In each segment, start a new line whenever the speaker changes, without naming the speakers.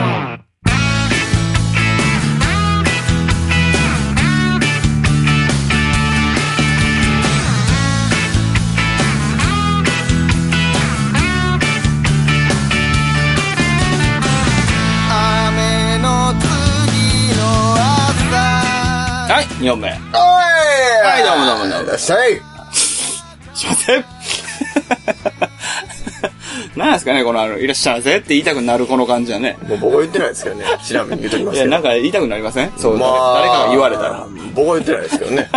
め雨の次の朝
はい、2本目。
おいはい
どうもどうもどうも
いらっしゃい
すいません。 なんですかね、この、あの、いらっしゃいませって言いたくなるこの感じはね。
もう僕は言ってないですけどね。ちなみに言っときま
い
すけ
や、
ど。
なんか言いたくなりませんそう、
まあ
誰かが言われたら。。
僕は言ってないですけどね。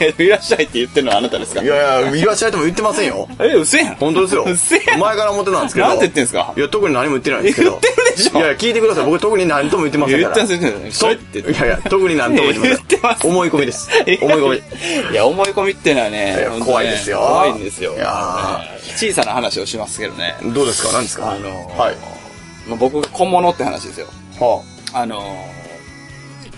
え
いらっしゃいって言ってるのはあなたですか
えいやいや、言わしゃいとも言ってませんよ。
え、うせやん。
本当ですよ。
うっせえ
前から思ってたんですけど。
なんて言ってんすか
いや、特に何も言ってないんですけど。
言ってるでしょ
いや、聞いてください。僕特に何とも言ってませんから。
言ってませんから
そう
言って
いやいや、特に何とも言ってません。
言ってます
思い込みです。思い込み。
み。 いや、思い込みってのはね
いや、
本当ね
怖いですよ
怖いんですよ。
いや
小さな話をしますけどね。
どうですか何ですか
あのー
はい。
まあ僕、小物って話ですよ。
は
あのー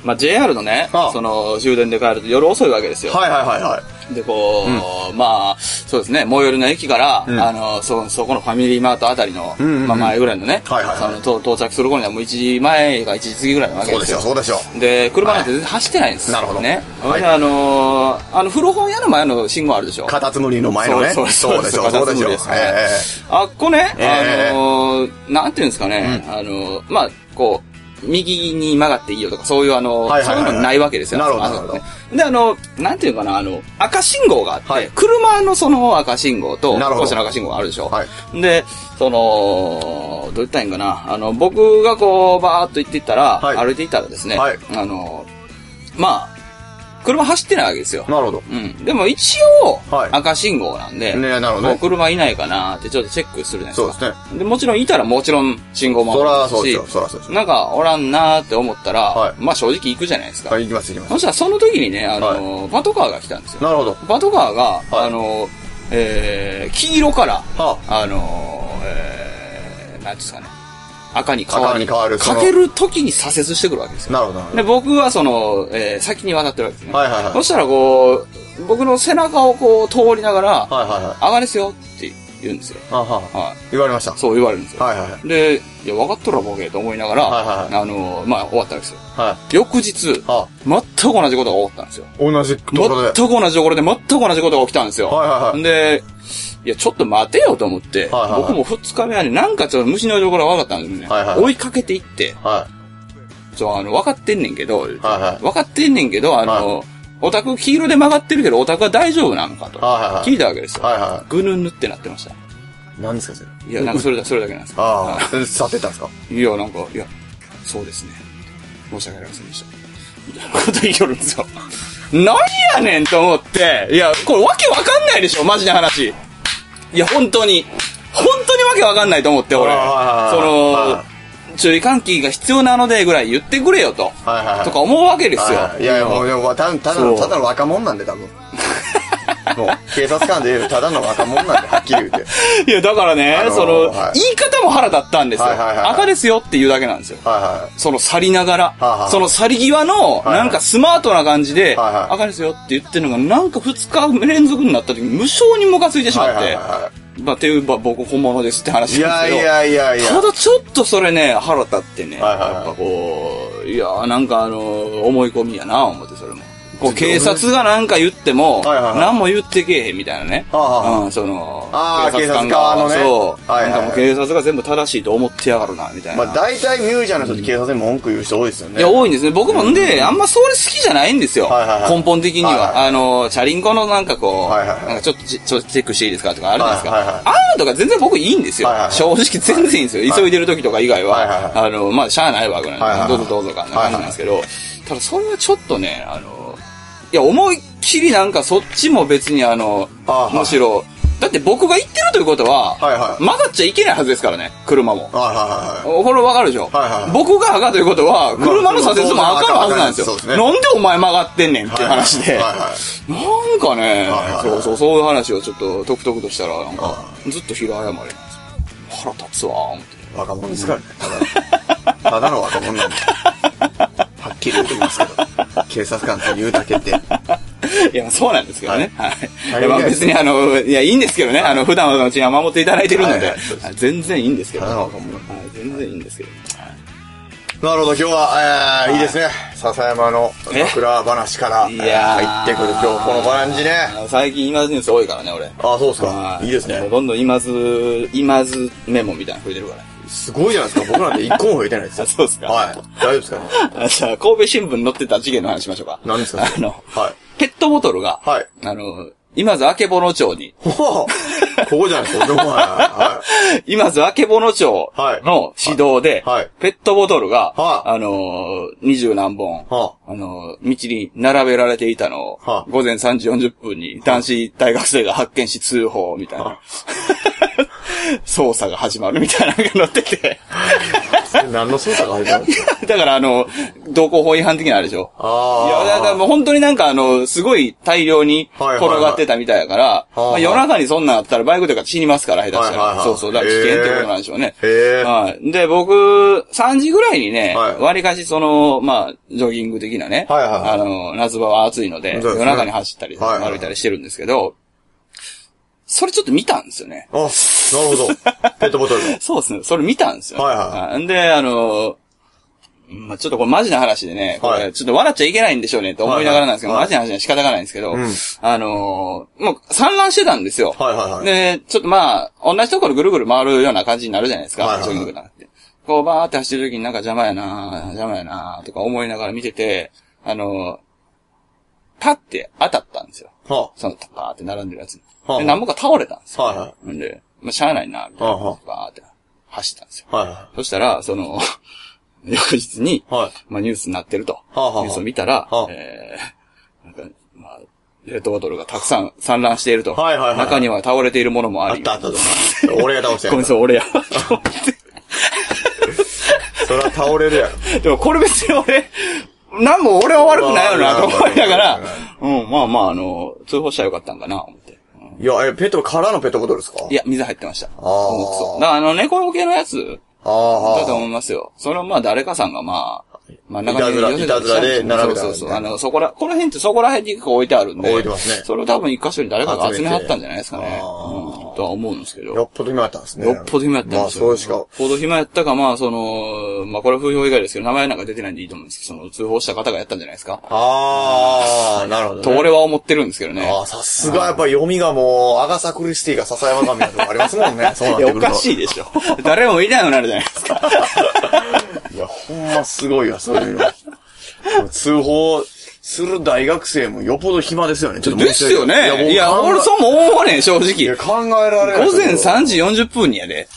まあ、JR のね、
ああ
その終電で帰ると夜遅いわけですよ。
あはいはいはいはい。
で、こう、まあ、そうですね、最寄りの駅から、
ん
あの、そ、そこのファミリーマートあたりの、
んうんうん
まあ前ぐらいのね、
はいはいはい
そのと到着する頃にはもう1時前が1時過ぎぐらいなわけ
そう
で
ですしょ
よ
う、。そうでしょう。
で、車なんて全然走ってないんですよ、
なるほど
ね。
はい
であのーあの、古本屋の前の信号あるでしょ。
カタツムリの前のね。
そうそうそう
でしょう、
そ
そうう
で
ですし
そ
ょう。
うです
え
あっこね、
ええ
あのーなんていうんですかね、あのーまあ、こう、右に曲がっていいよとか、そういうあのー、
はいはいはいはい
そういうのないわけですよ。
なるほど
あそこ
なるほ
ねで、あの、なんていうかな、あの、赤信号があって、
はい
車のその赤信号と、
なるほど
校舎の赤信号があるでしょ。
はい
で、その、どう言ったらいいんかな、あの、僕がこう、バーっと行っていったら、
はい
歩いていったらですね、
はい
あのーまあ、車走ってないわけですよ
え。なるほど。
うん。でも一応
はい、
赤信号なんで、
ねなるほど
もう
ね。
車いないかなってちょっとチェックするじゃない
そう
で
ですすね。
か。で、もちろんいたらもちろん信号も
そらそう
し
ですよ、そらそうですよ。
なんかおらんなーって思ったら、
はい
まあ正直行くじゃないですか。
はい、行きます行きま
そ
す。
したらその時にね、あのーパトカーが来たんですよ。
なるほど。
パトカーが、
はい
あのーえー、黄色から、
は
あのー、えー、なんていうんですかね、赤に変わる。
赤に変わるその
かける時に左折してくるわけです
あ。
よ。
なるほど、なるほ
で、僕はその、えー先に渡ってるわけですね。
ど。はいはいはい。
そしたらこう、僕の背中をこう通りながら、
はいはいはい。
上がれっすよって言うんですよ。
あはあ
は
言われました。
い。そう言われるんですよ。
はいはいはい。
で、いや、分かっとるわボケと思いながら、
はいはい
あのーまあ、終わったんですよ。
は
翌日、
い。はあ、
全く同じことが起こったんですよ。
同じところで
全。く同じところで全く同じことが起きたんですよ。
はいはいはい
で、いや、ちょっと待てよと思って、
はいはいはい
僕も二日目はね、なんかちょっと虫のところが分かったんですよね、
はいはいはい
追いかけていって、
は
ちょ、あの、分かってんねんけど、
い。はいはい。
分かってんねんけど、あの、オタク黄色で曲がってるけど、オタクは大丈夫なのかと、
はいはいはい
聞いたわけですよ。
はいは
ぐぬぬってなってました。
い。何ですか、それ。
いや、なんかそれだ、それだけなんです
ああ、去ってったんですか
いや、なんか、いや、そうですね。申し訳ありませんでした。みたいなこと言いよるんですよ。何やねんと思って、いや、これわけわかんないでしょ、マジな話。いや、本当に。本当にわけわかんないと思って、俺。
あ
そ
ー
の
は、
注意喚起が必要なのでぐらい言ってくれよと。
はいはいはい。
とか思うわけですよ。
はいいやいや、もう、でもただただ
そう
の、ただの若者なんで、多分。もう、警察官で言うただの若者なんで、はっきり言うて。
いや、だからね
あ、のー
その、
はい
言い方も腹立ったんですよ。
はいはいはいはい
赤ですよっていうだけなんですよ。
は
その去りながら、
あはあ
その去り際の、
いはい
なんかスマートな感じで、
はいはい
赤ですよって言ってるのが、なんか2日連続になった時に無性にムカついてし
い
ま
はい。
っ
はい
て、
はいは
まあ、っていう、まあ、僕本物ですって
い。
話
い
なん
や
です
い
けど、
やいやいや。
ただちょっとそれね、腹立ってね、
はいはいはい
やっぱこう、いやーなんかあのー思い込みやな、思ってそれも。こう警察がなんか言っても、
はいはいはい
何も言ってけえへんみたいなね。
はあはあ
うん、その、
あー
が
警察側のね
そう、
はいはい
な
はい
んかもう警察が全部正しいと思ってやがるな、みたい
ま
な。
あ、大体ミュージアムの人って警察に文句言う人多いですよね。
いや、多いんですね。僕もんで、あんまそれ好きじゃないんですよ。
はいはいはい
根本的には。
はいはいは
あの、チャリンコのなんかこう、
はいはいはい
なんかちょっとちちょっとチェックしていいですかとかあるじゃないですか。
はいはいはい
ああいうのとか全然僕いいんですよ。
はいはいはい
正直全然いいんですよ。急いでる時とか以外は、
はいはいは
あの、まあ、しゃあないわけなんで、
はいはいはい
どうぞどうぞかな感じなんですけど、ただそれはちょっとね、あの、いや、思いっきりなんかそっちも別にあの、
あー
むしろ、だって僕が言ってるということは、
はいはい
曲がっちゃいけないはずですからね、車も。
はいはいはい。
これわかるでしょ、
はいはい
僕が赤ということは、車の左折も赤のはずなんですよ。
そうですね
なんでお前曲がってんねんっていう話で。
はいはい
なんかね、
はいはい
そうそう、そういう話をちょっと、とくとくとしたら、なんか
あ、
ずっと平謝れるんですよ。腹立つわー、思って。
若者ですからね。ただの、ただの若者なんで。はっきり言ってますけど。警察官と言うだけって。
いや、そうなんですけどね。はい。
はい
いやまあ
大変です
別にあの、いや、いいんですけどね。あの、普段のうちには守っていただいてるの
はい
で
はいそうです、
全然いいんですけど。
ただ
は
の若者
い、全然いいんですけど。
なるほど、今日は、えーいいですね。笹山の枕話から
い
え
やー
ー入ってくる今日このバランジね。
あの最近今津ニュース多いからね、俺。
あ、そうですか
は。
いいです
もう
ね。
どんどん今津、今津メモみたいなの増えてるから。
すごいじゃないですか。僕なんて一個も増えてないですよ
あ。そうですか。
はい。大丈夫ですかね。
あじゃあ、神戸新聞載ってた事件の話しましょうか。
何ですか
あの、
はい
ペットボトルが、
はい
あの、今津曙町に、
ほうここじゃないですか。どこもは
今津曙町の市道で、
はいはい
ペットボトルが、
はい
あの、二十何本、
は
あの、道に並べられていたのを、
は
午前3時40分に男子大学生が発見し通報みたいな、 捜査が始まるみたいなのが載ってて、
いはい。何の捜査が入ったんですか
だからあの、道交法違反的なあれでしょいや、だから
あ
もう本当になんかあの、すごい大量に
はい
転
はいはい
がってたみたいだから、
あはあ
まあ、夜中にそんなんあったらバイクとか死にますから、下手した
はいはいは
ら。
い
そうそう、だから危険ってことなんでしょうね。
へえ
はい。で、僕、3時ぐらいにね、
はい
割かしその、まあ、ジョギング的なね、
はいはいはい
あの、夏場は暑いので、
そうです
夜
ね
中に走ったり、
はいはい
歩いたりしてるんですけど、それちょっと見たんですよね。
あ。あ、なるほど。ペットボトルの。
そうですね。それ見たんですよ、ね。。
はいはい
で、あのー、まあ、ちょっとこれマジな話でね、こ
はい
れちょっと笑っちゃいけないんでしょうねって思いながらなんですけど、
はいはい
マジな話は仕方がないんですけど、
うん
あのーもう散乱してたんですよ。
はいはいはい。
で、ちょっとまあ、同じところぐるぐる回るような感じになるじゃないですか、
はいはいはい
ジョギングなんて。こうバーって走ってる時になんか邪魔やな邪魔やなとか思いながら見てて、あのーパッて当たったんですよ。
は
その、パーって並んでるやつに。
はあはあ
で、なんぼか倒れたんですよ。
はいは
んで、まあ、しゃあないな、みたい
はあは
な。バーって走ったんですよ。
い。は
そしたら、その、 翌日に、
い。はい。
まあ、ニュースになってると。
あはあはあ
ニュースを見たら、
はあ
えー、なんか、まあ、ペットボトルがたくさん散乱していると。
はいはいはい
中には倒れているものもあ
あ
り。
ったあったと。俺が倒した
ごめんな
やつ
さい、俺や。
それは倒れるや ろ。
でもこれ別に俺、なんも俺は悪くないよな、と思いながら
まあ、
うん、まあまあ、あの、通報したらよかったんかな、思って。
いや、え、ペット、空のペットボトルですか
いや、水入ってました。あ
あ
そう。だからあの、猫よけのやつ
ああ、
だと思いますよ。それはまあ誰かさんがまあ、まあ中に寄せ
いたず
たりしたんしょう
らいたずらで並べた
そうそうそう。
みた
あ
いな
の、そこら、この辺ってそこら辺に置いてあるんで。
置いてますね
それを多分一箇所に誰かが集めはったんじゃないですかね。
集めてあー
うん、とは思うんですけど。
よっぽど暇やったんですね。
よっぽど暇やったんですよ。
まあ、そうしか。
よっぽど暇やったか、まあその、まあこれは風評以外ですけど、名前なんか出てないんでいいと思うんですけど、その通報した方がやったんじゃないですか。
ああ、なるほど、ね。
と俺は思ってるんですけどね。
ああ、さすがやっぱ読みがもう、アガサ・クリスティが笹山神だとかありますもんね。そう なっ
い
て
や、
く
お
ると。
かしいでしょ。誰もいないようになるじゃないですか。
いや、ほんますごいわ、そういうの。通報する大学生もよっぽど暇ですよね。ちょっと
で
申し
す
訳
よ
ない
ね。い
いや、
や、
僕考え
俺そうも思わねん、正直。
いや、考えられない。
午前3時40分にやで。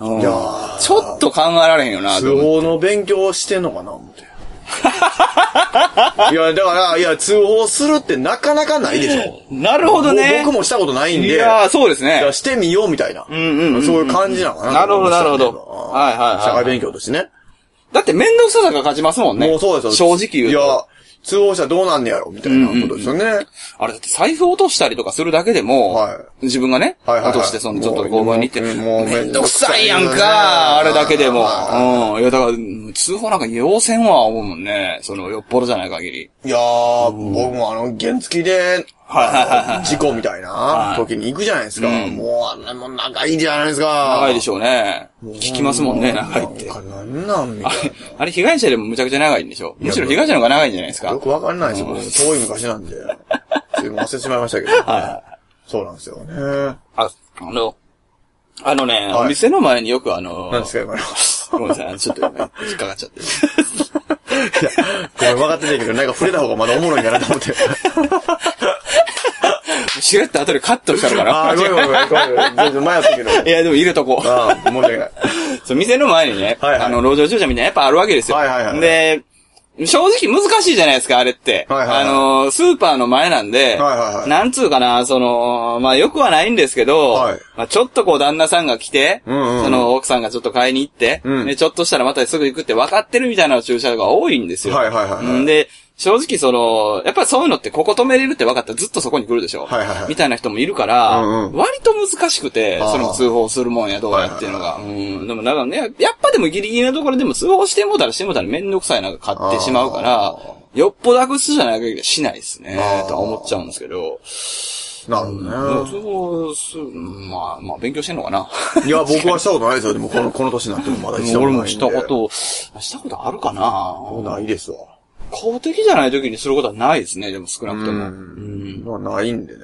うん
いやー
ちょっと考えられへんよな、と
通
思って
報の勉強してんのかな思って。いや、だから、いや、通報するってなかなかないでしょ。
なるほどね。
ぼ僕もしたことないん
い
で、
やー、そうです
い
ね
や。してみようみたいな。うん
うんうん
そういう感じなのかな。
なるほどなるほど
と思って
はいはいはい
社会勉強としてね。
だって面倒くささが勝ちますもんね。
もうそうです
正
よ。
直言う
い
と。
や、通報者どうなんねやろみたいなことですよね。
あれだって財布落としたりとかするだけでも、
はい
自分がね、
はいはいはい
落として、その、ちょっと交番に行って、
もうもう
めんどくさいやん
めんどくさ
か、あ
いよね
れだけでも。
は
うん。いや、だから、通報なんか要せんは思うもんね。その、よっぽどじゃない限り。
いやー、僕もあの、原付で、
はいはいはいはい
あの事故みたいな時に行くじゃないですか。もう、あんなもん長いじゃないですか。
長いでしょうね。聞きますもんね、長いって。
なんかなんなんみたい
あれ、被害者でもむちゃくちゃ長いんでしょむしろ被害者の方が長いんじゃないです
な。
か
よくわかんないですよ。僕遠い昔なんで。ちょっと忘れてしまいましたけど。そうなんですよね。
あ、あの、あのね、
はい
お店の前によくあの、
何ですか、今の。
ごめんなさい、ちょっと今、引っかかっちゃって。
いや、これ分かってないけど、なんか触れた方がまだおもろいんやなと思って。
しれっと後でカットしたのか
あ
な
あ、ごめんごめんごめん。全然前やったけど。
いや、でもいるとこ。
ああ、申し訳ない。
そう、店の前にね、
はいはい
あの、路上駐車みたいなやっぱあるわけですよ。
はいはいはい
で、正直難しいじゃないですか、あれって。
はいはいはい
あの、スーパーの前なんで、
はいはいはい
なんつうかな、その、まあ、よくはないんですけど、
はい
まあ、ちょっとこう、旦那さんが来て、
うんうんうん
その、奥さんがちょっと買いに行って、
うん
でちょっとしたらまたすぐ行くって分かってるみたいな駐車場が多いんですよ。
はいはいはいはい
うんで、正直その、やっぱりそういうのってここ止めれるって分かったらずっとそこに来るでしょ。
はいはいはい
みたいな人もいるから、
うんうん
割と難しくて、
あー
その通報するもんやどうやっていうのが。うん。でもなんかね、やっぱでもギリギリのところでも通報してもうたらしてもうたらめんどくさいなんか買ってしまうから、よっぽど悪質じゃない限りはしないですね
あー、
とは思っちゃうんですけど。
な る
うん
ほ
そ
どね。
こそうまあ、まあ、勉強してんのかな。
いや、僕はしたことないですよ。でも、この、この年になってもまだ したこと
俺
ないんで。
もしたこと、したことあるかな
ないですわ。
公的じゃない時にすることはないですね、でも少なくとも。
うん
うん
まあ、ないんでね。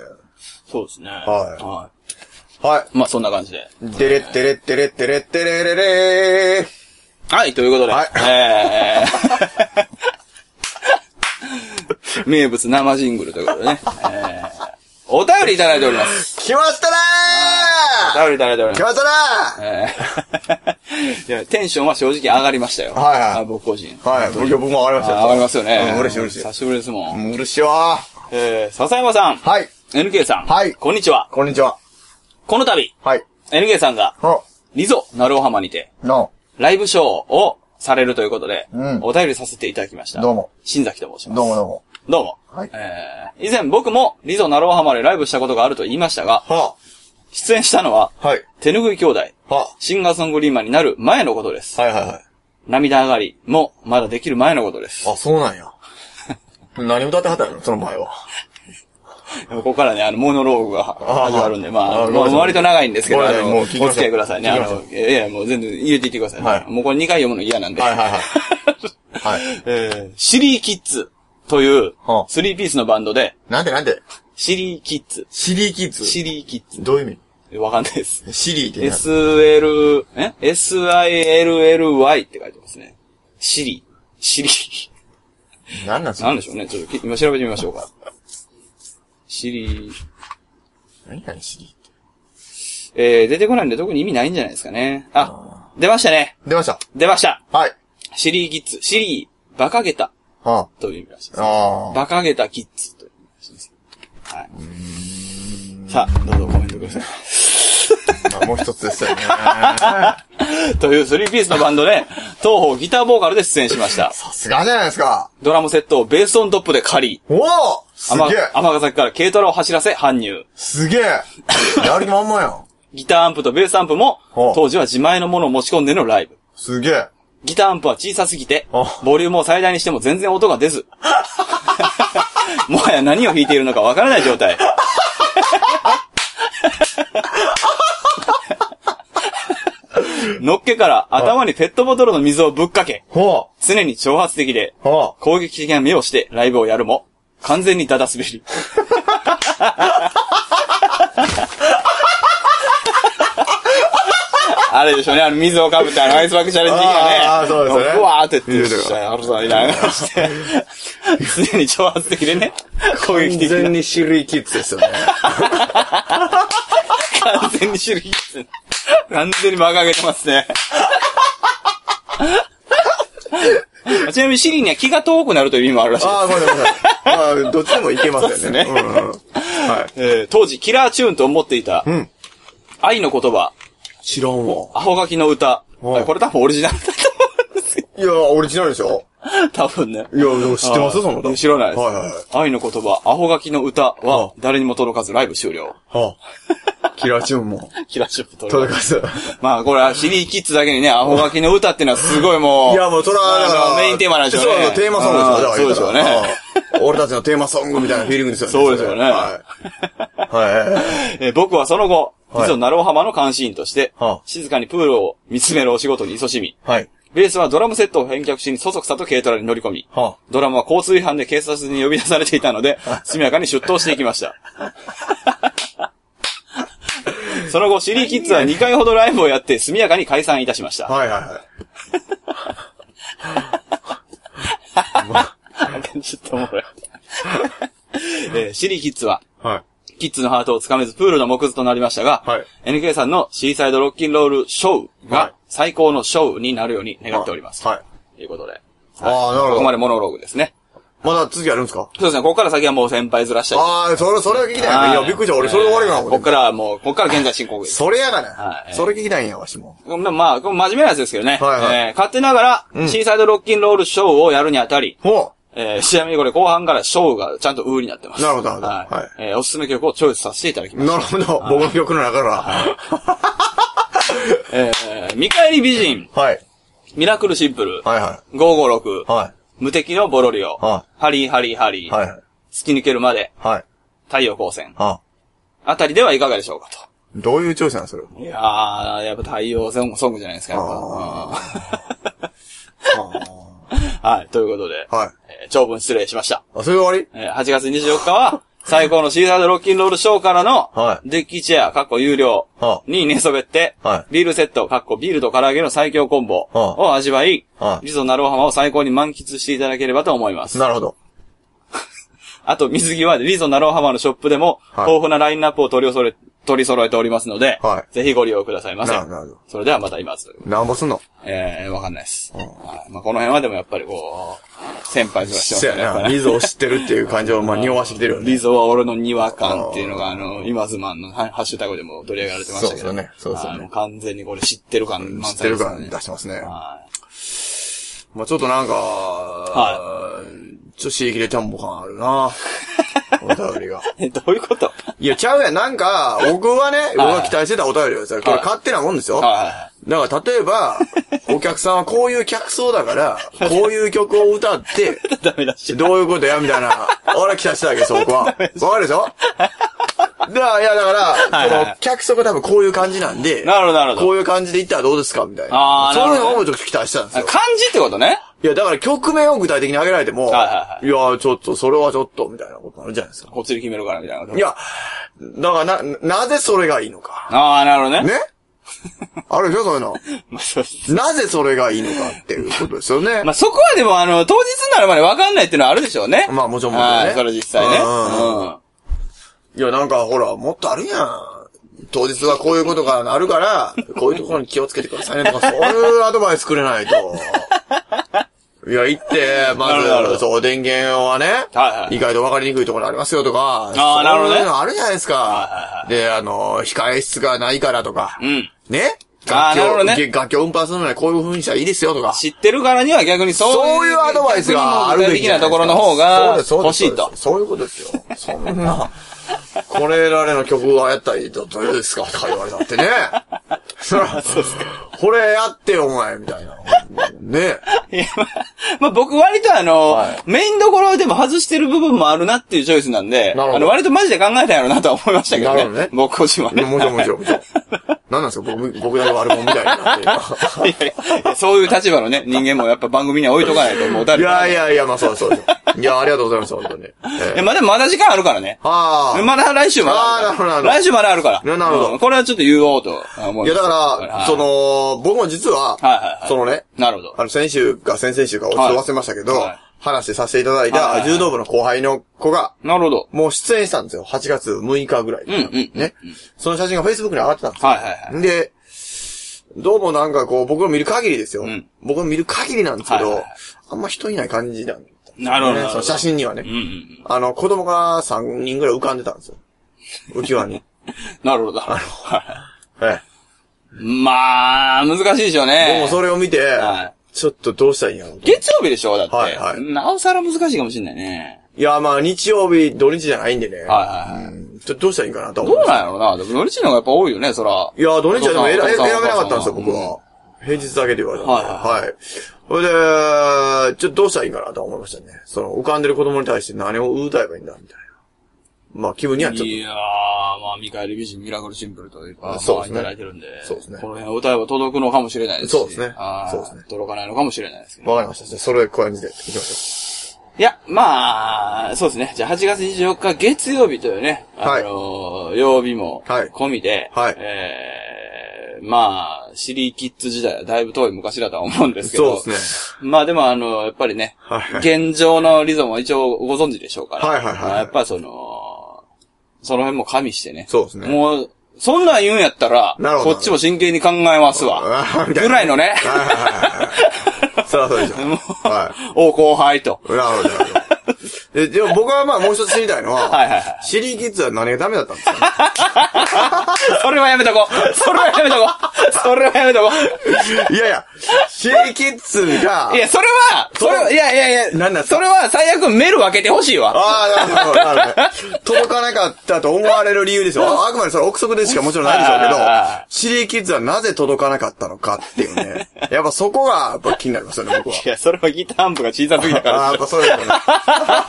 そうですね。はい
は
まあ、そんな感じで。
い。でれってれってれってれってれれれー。
はい、ということで。
はい
えー名物生ジングルということでね。えーお便りいただいております。
来ましたな
お便りいただいており
ー
ま
来
す。
ました
え
な
ー いやテンションは正直上がりましたよ。
はいはい
あ僕個人。
ーはい、僕僕も上がりました
あ上がりますよね。
うん嬉しい嬉しい
久しぶりですもん。
もう嬉しいわ
えー、笹山さん。
ー。はい、
NK さん。
はい
こんにちは。
こんにちは。
この度、
はい。
NK さんが、
あ、
リゾ、なるお浜にて、
な
ライブショーをされるということで、
うん
お便りさせていただきました。
どうも。
新崎と申し
あ、
ます。
どうもどうも。
どうも。
はい
えー、以前僕もリゾ・ナローハマでライブしたことがあると言いましたが、
は
出演したのは、
あ、はい、
手ぬぐい兄弟、
は
シンガーソングリーマンになる前のことです。
あ、はいはいはい。
涙上がりもまだできる前のことです。
あ、そうなんや。何歌ってはったのその前は。
ここからね、あの、モノローグが
あー
始まるんで、まあ、
あー
も
ごめんな
う
さい
割と長いんですけど、
ご
あ
めんなさい
の、
もう
お
聞き
付
ました
き合いくださいね。あ
聞
の、いやいや、もう全然入れていってくださいね。
はい
もうこれ2回読むの嫌なんで。
はいはいはい。はい。
えーシリーキッズという
はあ、
スリーピースのバンドで、
なんでなんで
シリーキッズ。
シリーキッズ
シリーキッズ
どういう意。
えわかんないです。
味シリーって何
SL、え ?SILLY って書いてますね。シリ。シリ。
何なんす
な
か
んでしょうね。ちょっとき今調べてみましょうか。シリ。
何やねんシリーって。
えー、出てこないんで特に意味ないんじゃないですかね。あ、出ましたね。
出ました。
出ました。
はい。
シリーキッズ。シリー、バカゲタ
は
という意味らしいで
あ。
す。
ああ。
バカゲタキッズという意味らしいです。はい。さあ、どうぞコメントください。
まあもう一つでしたよね。
というスリーピースのバンド で、東方ギターボーカルで出演しました。
さすがじゃないですか。
ドラムセットをベースオントップで借り、
おおすげ
天
え
尼崎から軽トラを走らせ搬入。
すげえやる気満々やん。
ギターアンプとベースアンプも
ほう、
当時は自前のものを持ち込んでのライブ。
すげえ
ギターアンプは小さすぎて
ほう、
ボリュームを最大にしても全然音が出ず。もはや何を弾いているのかわからない状態。のっけから頭にペットボトルの水をぶっかけ、
ほ
常に挑発的で、
うほ
攻撃的な目をしてライブをやるも、完全にダダ滑 り。あれでしょうね、あの水をかぶってあのアイスバッグチャレンジ的なね。
あーそうですよね
ふわーってって、
いい
よ
です
っ
よ
しゃ、あるぞ、いながらして。常に挑発的でね、攻
う
撃的な。
にシリーキッズですよね。
完全に種類です完全に馬鹿げてます ね。ちなみにシリには気が遠くなるという意味もあるらしいです
ああ、ごめんなさい。まあ、どっちでもいけますよね。
そうっすね
んうんはい。
えー当時、キラーチューンと思っていた、
ん
愛の言葉、
知らんわ。
アホガキの歌、
おい
これ多分オリジナルだと思うんですよ。
いや、オリジナルでしょ
多分ね。
いや、でも知ってます
あー
その歌。
知らないです。
はいはいはい
愛の言葉、アホガキの歌
は
は、誰にも届かずライブ終了。。
はあ。キラチューンも。
キラーチューンも
届
届か
かず。
ず。まあ、これはシリーキッズだけにね、アホガキの歌っていうのはすごいもう、
いや、もう、それは、だか
あの
ら、
メインテーマなんでしょう
そ
ね
うそう、テーマソングですよ。だから言たら
そうでしょうね。
ああ俺たちのテーマソングみたいなフィーリングですよね。
そうですよね
はい。はいはい。
えー僕はその後、
はい
実はナローハマの監視員として、
はあ
静かにプールを見つめるお仕事に勤しみ、
はい。
ベースはドラムセットを返却しにそそくさと軽トラに乗り込み、
は
ドラムは交通違反で警察に呼び出されていたの で、速やかに出頭していきました。 その後、シリーキッズは2回ほどライブをやって、速やかに解散いたしました。
はいはいはい。
ちょっとおもろい。 えーシリーキッズは、
はい。
キッズのハートをつかめずプールの木図となりましたが、
はい
NK さんのシーサイドロッキンロールショー
はい
が最高のショーになるように願っております。
はい。
ということで。
ああ、なる
こ
ほ
こ
ど
ま。でモノローグですね。
まだ続きあるんですか
そうですね、ここから先はもう先輩ずらしたり。
ああ、それ、それは聞きたい
は
ね。
い
いや、びっくりした。俺、それで終わりかな
こ
思
こ
っ。
ってからはもう、ここから現在進行です。
それやが
は
な。
い
それ聞きたいんや、わしも。
まあ、まあ、これ真面目なやつですけどね。
はいはい
えー勝手ながら、シーサイドロッキンロールショーをやるにあたり、
ほ
えーちなみにこれ後半からショーがちゃんとウーになってます。
なるほどなるほど
はい。
はい
えーおすすめ曲をチョイスさせていただき
う。
ます。
なるほど。僕の曲の中から。
えー見返り美人、
はい。
ミラクルシンプル、
はいは
556、
い。はい。
無敵のボロリオ。
は
ハリーハリーハリー。
はいはい。
突き抜けるまで、
はい。
太陽光線。
あ、
あたりではいかがでしょうか
どういう調査なんそれ。
と。いやー、やっぱ太陽ソングソングじゃないですか、やっぱ。 はい、ということで、
はい。
えー長文失礼しました。
あ、それで終わ
えー8月24日は、最高のシーサードロッキンロールショーからの
は、い
デッキチェア、かっこ有料
はあ
に寝そべって
は、い
ビールセット、かっこビールと唐揚げの最強コンボ
はあ
を味わい
は、い
リゾナローハマを最高に満喫していただければと思います
り。なるほど。
あと、水着はリゾナローハマのショップでも、
はい
豊富なラインナップを取り揃え、取り揃えておりますので
は、い
ぜひご利用くださいませ
なるほどなるほど。
それではまた今津。
なんぼすんの
えー、わかんないです。はいまあこの辺はでもやっぱりこう、先輩とかしてます
そ
よ
や
ねやっぱ
な。
ね。
リゾを知ってるっていう感情を、まあ、匂わしてきてるよね。
リゾは俺のにわ感っていうのが、あの、今ズマンのハハッシュタグでも取り上げられてましたけど。
そうですよねそうですよね
あの完全にこれ知ってる感
知
満
って
載で
る
すよ
感
ね。
出してますね。
は
まあちょっとなんか、
は
ちょっと刺激でちゃんぽ感ある なお便りが。
い。えどういうこと
いや、ちゃうやん。なんか、僕はね、僕が期待してたお便りはさ、これ勝手なもんですよ。
は
だから、例え ば、お客さんはこういう客層だから、こういう曲を歌 って、
い。ダメだし。
どういうことやみたいな。俺は期待してたわけど、そ こは。わかるでしょだから、いや、だから、
はいはい
その、客層が多分こういう感じなんで、
なるほどなるほど
こういう感じで行ったらどうですかみたい
あ
な。
ー
そ
な
う
る
いう
ほどね
のをちょっと期待してたんです
あ
よ。
漢字ってことね。
いや、だから曲名を具体的に挙げられても、い
はいは
や、ちょっと、それはちょっと、みたいなことになるじゃないですか。
こっちで決めるからみたいなこと。
いや、だからな、なぜそれがいいの か。
ああ、なるほどね。
ねあるでしょ、そういうの。
まあ、そうです。
なぜそれがいいのかっていうことですよね。
まあ、そこはでも、あの、当日になるまで分かんないっていうのはあるでしょうね。
まあもちろんもちろんね
はい、それ実際ね。
う
うんん。
いや、なんかほら、もっとあるやん。当日はこういうことがある から、こういうところに気をつけてくださいねとか、そういうアドバイスくれないと。いや、行って、ま
なるほどなるほ
ず、
ど
そう、電源はね、
はいはい
意外と分かりにくいところありますよとか、
あーなるほどね
そういうのあるじゃないですか。で、あの、控え室がないからとか、
うん。
ね
あー
楽器
なるほ
を、
どね
げ楽器を運搬するのにはこういう風にしたらいいですよとか。
知ってるからには逆にそう
そういうアドバイスがある
具体
べき
的
じゃ
な
ない
と
ですか
ころの方が欲しいと。。
そうですそうですそうですそういうことですよ。そんな、これられの曲をやったらどどうですかとか言われたってね。 そら、これやってよ、お前、みたいな。ね。
いや、まあ、まあ、僕割とあの、
はい
メインどころでも外してる部分もあるなっていうチョイスなんで、
なるほど
あの割とマジで考えたんやろうなとは思いましたけど
な
ね。
るほどね
僕個人はね。
もちろん、もちろん、もちろん。何なんですか僕、僕だけ悪者みたいになってる。
いやいやいやそういう立場のね、人間もやっぱ番組には置いとかないともう
い
誰も
やいやいや、まあそうですそうです。いや、ありがとうございました、本当に。え
いや
え
まあでもまだ時間あるからね。
ああ。
まだ来週まだあるか
あーなるほどな
ら。
るほど
来週まだあるから。
ななるほど
うんこれはちょっと言おうと思
いや、だ
は
か
い
ら、そ、の、僕も実は
はいはいは、い
そのね、
なるほど。
あの、先週か先々週か、ちょっと忘れましたけど、
はい
話させていただい
はい
た
はい
柔道部の後輩の子が、
なるほど。
もう出演したんですよ。8月6日ぐらい。
んうん
ね。その写真が Facebook に上がってたんですよ。
はいはいはい。
で、どうもなんかこう、僕の見る限りですよ。
ん
僕の見る限りなんですけど、
はいはいはい
あんま人いない感じなんだよね、
なるほどなるほど
その写真にはね。
うんうん。
あの、子供が3人ぐらい浮かんでたんですよ。浮 き輪に。
なるほど。
ええ。
まあ、難しいでしょうね。
僕もそれを見て、
は
ちょっとどうしたらいいんやろうと。
月曜日でしょだって、
はいはい
なおさら難しいかもしれないね。
いや、まあ日曜日、土日じゃないんでね。
はいはいはい。
うんちょっとどうしたらいいかなと思
ど
っ
う
て。
なんやろうな。でも、土日の方がやっぱ多いよね、そら。
いや、土日はでも選
お父さ
選
ん
べな
お母さ
か
ん
ったんですよ、僕は。平日だけで言われたんで。
はい
はい。それで、ちょっとどうしたらいいかなと思いましたね。その、浮かんでる子供に対して何を歌えばいいんだ、みたいな。まあ、気分にはちょっ
いやー、まあ、見返り美人、ミラクルシンプルというか、
そうですね
まあいただいてるんで、
そうですね
この辺を歌えば届くのかもしれないですし。
そうですね
あー
そうですね
届かないのかもしれないですけど。
と。わかりました。じゃあ、それでこういう感じで行きまし
いや、まあ、そうですね。じゃあ、8月24日月曜日というね、あのー曜日も、
はい
込みで、
はい
えー、まあ、シリーキッズ時代はだいぶ遠い昔だとは思うんですけど、
そうです
ね。まあでも、あの、やっぱりね、
はい
現状のリゾも一応ご存知でしょうから、
はいはいはい
まあやっぱその、その辺も加味してね、
そうですね
もう、そんなん言うんやったら、
なるほど
こっちも真剣に考えますわ。
ょう。みた
ぐらいのね、
はいはいはいはい。そりゃそうでし ょ。は
お後輩と。
い。なるほど、なるほど。ででも僕はまあもう一つ知りたいのは、
はいはいはい
シリーキッズは何がダメだったんですかね
それはやめとこう。それはやめとこう。それはやめとこ
いやいや、シーキッズが
う。い、や、それは、それは、いやいやいや、
なんなんすか
それは最悪メール分けてほしいわ。
ああ、なるほど、なるほど。届かなかったと思われる理由ですよ。 ああくまでそれ憶測でしかもちろんないでしょうけど
あ、
シリーキッズはなぜ届かなかったのかっていうね。やっぱそこが、やっぱ気になりますよね、僕は。
いや、それはギターアンプが小さすぎた
ああ、やっぱそうですよね。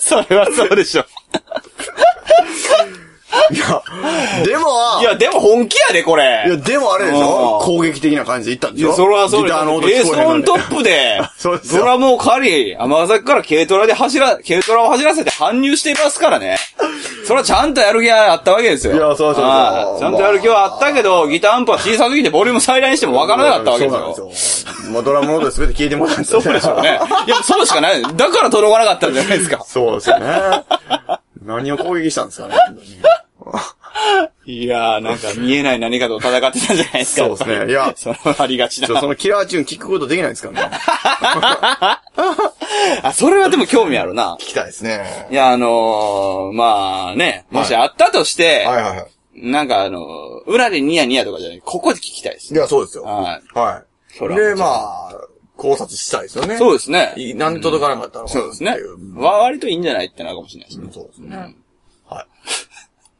それはそうでしょ。
いや、でも、
いや、でも本気やで、これ。
いや、でもあれでしょ
うん
攻撃的な感じでいったんで
い
しょ
や、それはそう
ギ
で
ターの音
エ
聞
ース
こえ
オ
へん
ン
の
ト
に、
ップで
そうですよ
ドラムを借り、甘崎から軽トラで走ら、軽トラを走らせて搬入していますからね。それはちゃんとやる気があったわけですよ。
いやそうそうそう
はいちゃんとやる気はあったけど、ギターアンプは小さすぎてボリューム最大にしてもわからなかったわけですよ。
そうなんですよ。まあ、ドラムの音で全て聞いてもらったんですよね。そうですよ
ね。 いや、そうしかない。だから届かなかったんじゃないですか。
そうですよね。何を攻撃したんですかね。本当に
いやー、なんか見えない何かと戦ってたんじゃないですか。
そうですねいや
そのありがちな
ち。ょそのキラーチューン聞くことできないですかね。
あ、それはでも興味あるな。
聞きたいですね。
いや、あのー、まあね、もしあったとして、
はいはいはい。
なんかあの、裏でニヤニヤとかじゃない、ここで聞きたいです
い
ね。
や、そうですよ。
は
はい。
そら
で、まあ、考察したいですよね。
そう
う
ですね。
なんで届かなかったのか
そうですね
ってい。う
わ割といいんじゃないってなるかもしれないですね。
そうですね。はい。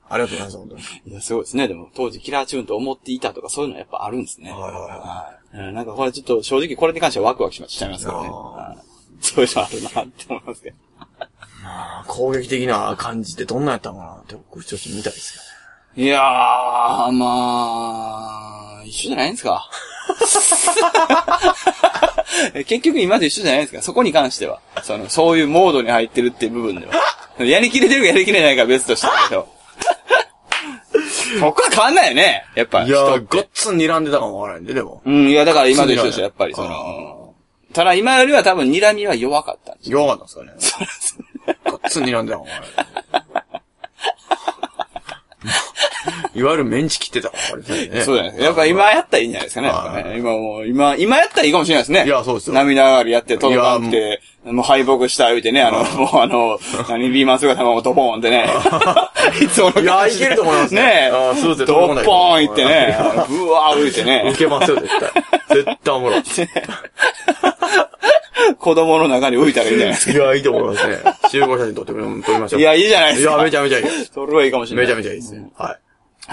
ありがとうございます、本当に。
いや、すごいですね。でも、当時キラーチューンと思っていたとか、そういうのはやっぱあるんですね。
はいはいはい
はいうんなんかこれちょっと正直これに関してはワクワクしましちゃいますからね。
あー
はいそういうのあるなって思いますけど。
攻撃的な感じってどんなんやったのかなって、僕ちょっと見たいです
いやー、まあ、一緒じゃないんですか。 結局今まで一緒じゃないですか。そこに関しては。その、そういうモードに入ってるっていう部分では。やりきれてるかやりきれないかは別としてだけど。そこは変わんないよね。やっぱ。
いや
人
ー、ごっつん睨んでたかもわからないんで、でも。
うん、いやだから今と一緒ですよ、やっぱり。そ
あ
の、ただ今よりは多分睨みは弱かったんですよ。
弱かったんですかね。ごっつん睨んでたかも わからない。いわゆるメンチ切ってたかもわからない ね。
そうだね。やっぱ今やったらいいんじゃないですかね。やっぱ
は
ね今もう、今、今やったらいいかもしれないですね。
いやそうですよ
涙上がりやって、届かんって、もう敗北した言うてね、あの、もうあの、何、リーマン姿もドボーンって ね。いつもの感じで
いやいけると思いますね
ね
あーそうです
え。
よ
ドッポーンいってね。あのぶわー言うて ね
受。けますよ、絶対。絶対おもろい。
子供の中に浮いたらいいんじゃないです
いや、いいと思いますね。集合写真撮ってみ撮りまし
か。
ょう。
いや、いいじゃないで
い
すか。
や、めちゃめちゃいい。
それはいいかもしれな
め
い。
ちゃめちゃいいですね。はい。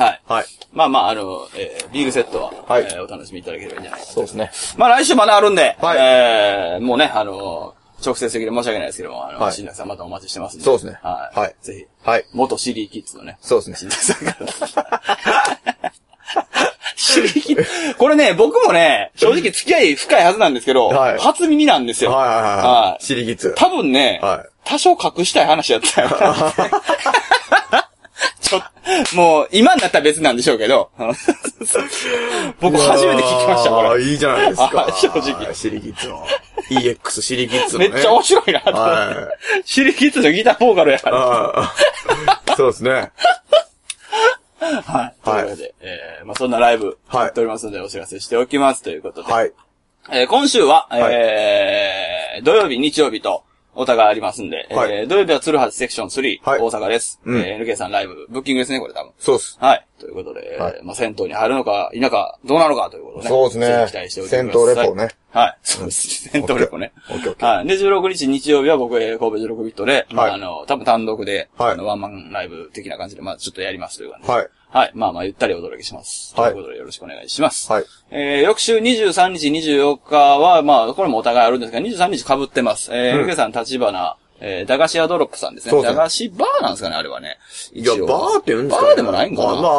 はい。
はい。
まあまあ、あの、えービールセットは、
はい
えーお楽しみいただければいいんじゃないか
そうですね。
まあ来週まだあるんで、
はい
えー、もうね、あのー、直接的で申し訳ないですけども、あの、
はい
新宅さんまたお待ちしてますんで。
そうですね
はい。
はい
ぜひ。
はい。
元シリーキッズのね。
そうです
新
ね
宅さんから。シリーキッズ。これね、僕もね、正直付き合い深いはずなんですけど、
はい
初耳なんですよ。
はいはいはい
は
はいい。シリギツ。
多分ね、
はい
多少隠したい話や ったよな。ちょもう、今になったら別なんでしょうけど、 あの僕初めて聞きました、これ。。
ああ、いいじゃないですか
正直
シリギツの。EX シリギツの
め
ね。
っちゃ面白いなと思って。
は
シリキッズのギターボーカルやから。
ああそうですね。
はい。と
はい
いうことで、えー、まあそんなライブ、
はい
やっておりますので、お知らせしておきますということで。
はい。
えー今週は、
い
えー、土曜日、日曜日と、お互いありますんで、
はい
えー、土曜日は鶴橋セクション3、
はい
大阪です。
うん
えー NK さんライブ、ブッキングですね、これ多分。
そうっす。
はい。ということで、
はい
まあ、銭湯に入るのか、否か、どうなのかということね。
そうですね
ぜひ期待しておいてください。
銭湯レポね。
はい。そうです。銭湯レポね
オッケーオッケーオッ。ケー
はい。で、16日日曜日は僕、えー神戸16ビットで、ま
は
あ、
い
あの、多分単独で、
はい
あの、ワンマンライブ的な感じで、まあ、ちょっとやりますという感じで。
はい。
はい。まあまあ、ゆったりお届けします。
はい
ということで、よろしくお願いします。
はい。
えー、翌週23日、24日は、まあ、これもお互いあるんですが、23日被ってます。えー、
うん
ゆけさん、立花、えー、駄菓子屋ドロップさんですね。
そうです
駄
ね
菓子バーなんですかね、あれはね。
いや、
一応
バーって言うんですか
バーでもないんかな。
まあまあ、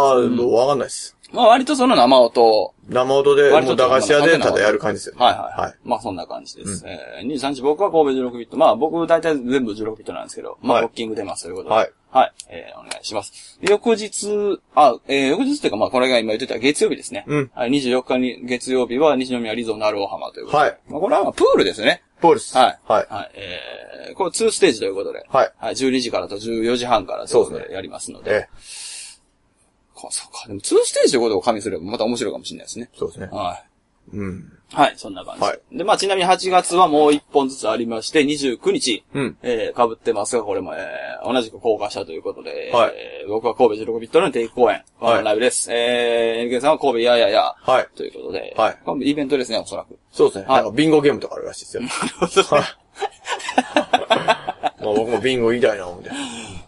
わかんないです。
まあ割とその生音、
生音で、
割と
もう駄菓子屋でただやる感じですよね。
はいはい。
はい。
まあそんな感じです。えー、23日僕は神戸16ビット。まあ僕大体全部16ビットなんですけど、まあ
はい
ブッキング出ますということで。
はい。
はい。えー、お願いします。翌日、あ、えー、翌日というかまあこれが今言ってた月曜日ですね。
うん
はい、24日に月曜日は西宮リゾナルオハマということで。
はい。
まあこれはまあプールですよね。
ポールス。
はい。
はい。
はい。えー、これ2ステージということで。
はい。
はい。12時からと14時半からということ
そうです
でやりますので。
ええ、
そうか。でも2ステージということを加味すればまた面白いかもしれないですね。
そうですね。
はい。
うん。
はい、そんな感じ。
はい
で、まあ、ちなみに8月はもう1本ずつありまして、29日、
うん
えー、被ってますが、これも、えー、同じく高架下ということで、
はい
えー僕は神戸16ビットルの定期公演、
はい
ライブです。えー、NK さんは神戸ややや、
はい。
ということで、
はい
これもイベントですね、おそ らく。
そうですね。
はい
なんかビンゴゲームとかあるらし いですよ。まあ僕もビンゴ言いたいな、思って。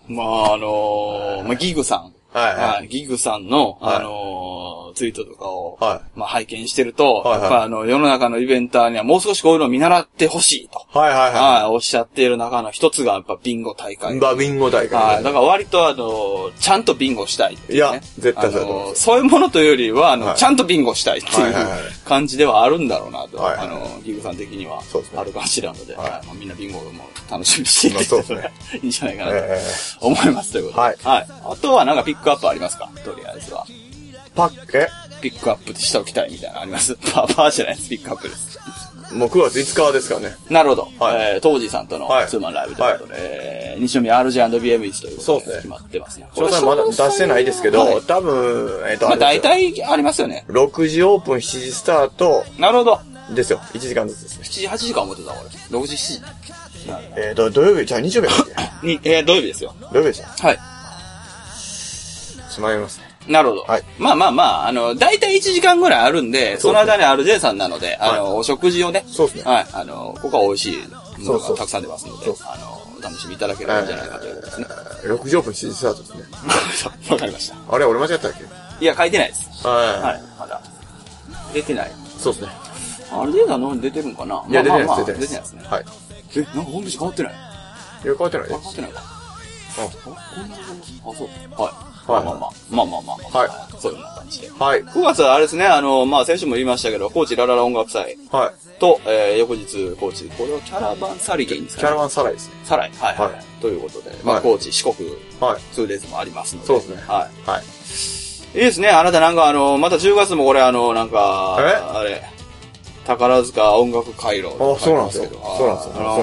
まあ、あのー、まあ、ギグさん。
はいはい
ギグさんの、
はい
あのー、ツイートとかを、
は
まあ、拝見してると、
はいはい
やっぱあの、世の中のイベンターにはもう少しこういうのを見習ってほしいと、
はい
は
はい
い、
は
おっしゃっている中の一つが、やっぱビンゴ大
い。
会。
まあビンゴ大
はい。
会。
だから割とあの、ちゃんとビンゴしたいってうね
いや絶対そうだと思います
あのそういうものというよりは、あの、
はい
ちゃんとビンゴしたいってい
は
う
いはいはい
感じではあるんだろうなと。
はいはい
あの、ギグさん的には
そうです、ね
あるかもしれないので、
はい
はいまあみんなビンゴも楽しみにしていただい
まあそう
たら
で
いいんじゃないかなと
え
思いますということで。
はい
あとはなんかピックアップありますかとりあえずは。
えパッケ
ピックアップしておきたいみたいなのあります パーパーじゃないです。ピックアップです。
もう9月5日ですからね。
なるほど。
はい
えー、当時さんとの
はい
ツーマンライブということで、えー西宮 RJ&BM イズということ
そうです
で
ね
決まってますね。
詳細まだ出してないですけ
はい
ど、多分、えっと、
まあ
あれ
大
ですよ
体ありますよね。
6時オープン7時スタート
なるほど。
ですよ。1時間ずつですね。
7時、8時間思ってた、俺。6時、7
えっと、土曜日、じゃあ日曜日だっけ
時。に、えー、土曜日ですよ。
土曜日でした。
はい。
しまいますね。
なるほど。
はい
まあまあまあ、あの、大体1時間ぐらいあるんで、そ
そう
の
ですね
間に RJ さんなので、あの、
は
お食事をね。
そうですね
はい。あの、ここは美味しいもの
そうそ
が
う
たくさん出ますので
そう、そう
あの、お楽しみいただければいいんじゃないかということですね。
6時オープン7時スタートですね。
わかりました。
あれ、俺間違ったっ
い
け
や、書いてないです。は、
はい
まだ。出てない。
い。そうですね。
RJ さんの方に出てるんかない
や、出てない
まあまあまあ
です、出てない
出
で。
てないですすね。
はい。
え、なんかホームページ変わってない
いや、変わってない
あ
で
変わってないか。
す。
あ、そう。はい。
はい
まあまあまあ、まあまあまあまあ、
は
そういうような感じで。
うんはい。
9月はあれですね、あの、まあ、先週も言いましたけど、高知ラララ音楽祭
はい。
と、えー、翌日、高知、これはキャラバンサリーでいいんです
キャ
か
ラ
ね
バンサライですね。
サライ。はい、はい、
はい
ということで、まあ、
はい
高知、四国、
はい。
ツーデイズもありますので。
そうですね
はい。
はい。
いいですね。あなたなんかあの、また10月もこれあの、なんか、
え
あれ、宝塚音楽回廊
あそうなんですよ
はい
そうなんですよ
なんか、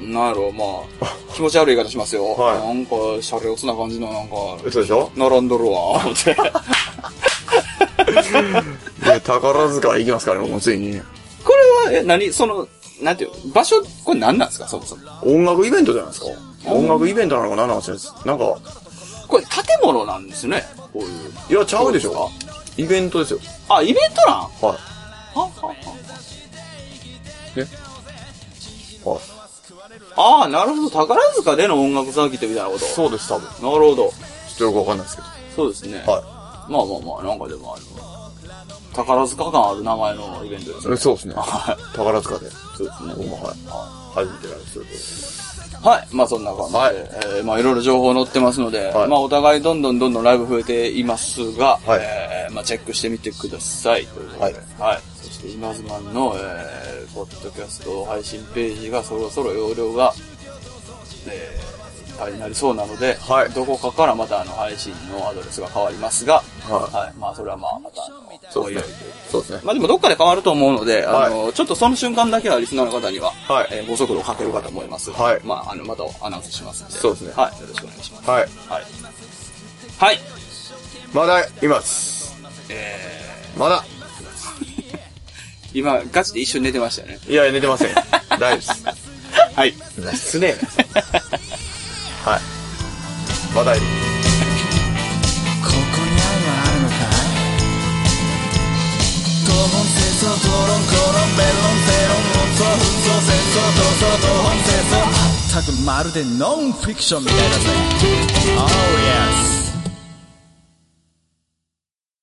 なんやろ、まあ、気持ち悪い言い方しますよ。
はい
なんか、シャレオツな感じのなんか、
嘘でしょ
並んどるわ、思 って。
で、宝塚行きますからね、もうついに。
これは、え、何その、なんていう、場所、これ何なんですか、そもそも。
音楽イベントじゃないですか。音楽イベントなのか何なのか知らないです。なんか、
これ建物なんですね。こういう。
いや、ちゃうでしょイベントですよ。
あ、イベントなんは
は
はは
い。はい。
ああ、なるほど。宝塚での音楽サーキットみたいなこと。
そうです、多分。
なるほど。
ちょっとよくわかんないですけ
そうですね。
ど。は
まあまあまあ、なんかでもあの、宝塚感ある名前のイベントですね
い。。そうですね。
は
宝塚で。
い。そうですね。
僕もはい。初めてなんですけど。
はい。まあそんな感じで、
はい
えーまあいろいろ情報載ってますので、
はい
まあお互いどんどんどんどんライブ増えていますが、
はい
えーまあチェックしてみてください。ということではい。そして今妻の、えー、ポッドキャスト配信ページがそろそろ容量が、えー、いっぱいになりそうなので、
はい
どこかからまたあの配信のアドレスが変わりますが、
はい
い。まあそれはまあまたあの、
そうで
おいおいという
すね。そうですね。
まあでもどっかで変わると思うので、あの、ちょっとその瞬間だけはリスナーの方には、
はい
えーご足労かけるかと思います。
はい
まあ、あの、またアナウンスしますんで。
そうですね
はい。よろしくお願いします。
はい。
はい。はい。
まだいます。
え
まだ。
ー、今、ガチで一瞬寝てましたよね。
いや、寝てま せん。大丈夫
はい。
です。失礼な。はい。まだいる。
ここに愛はあるのかい東本戦争討論口論弁論正論論争紛争戦争闘争東本戦争まったくまるでノンフィクションみたいだぜ Oh yes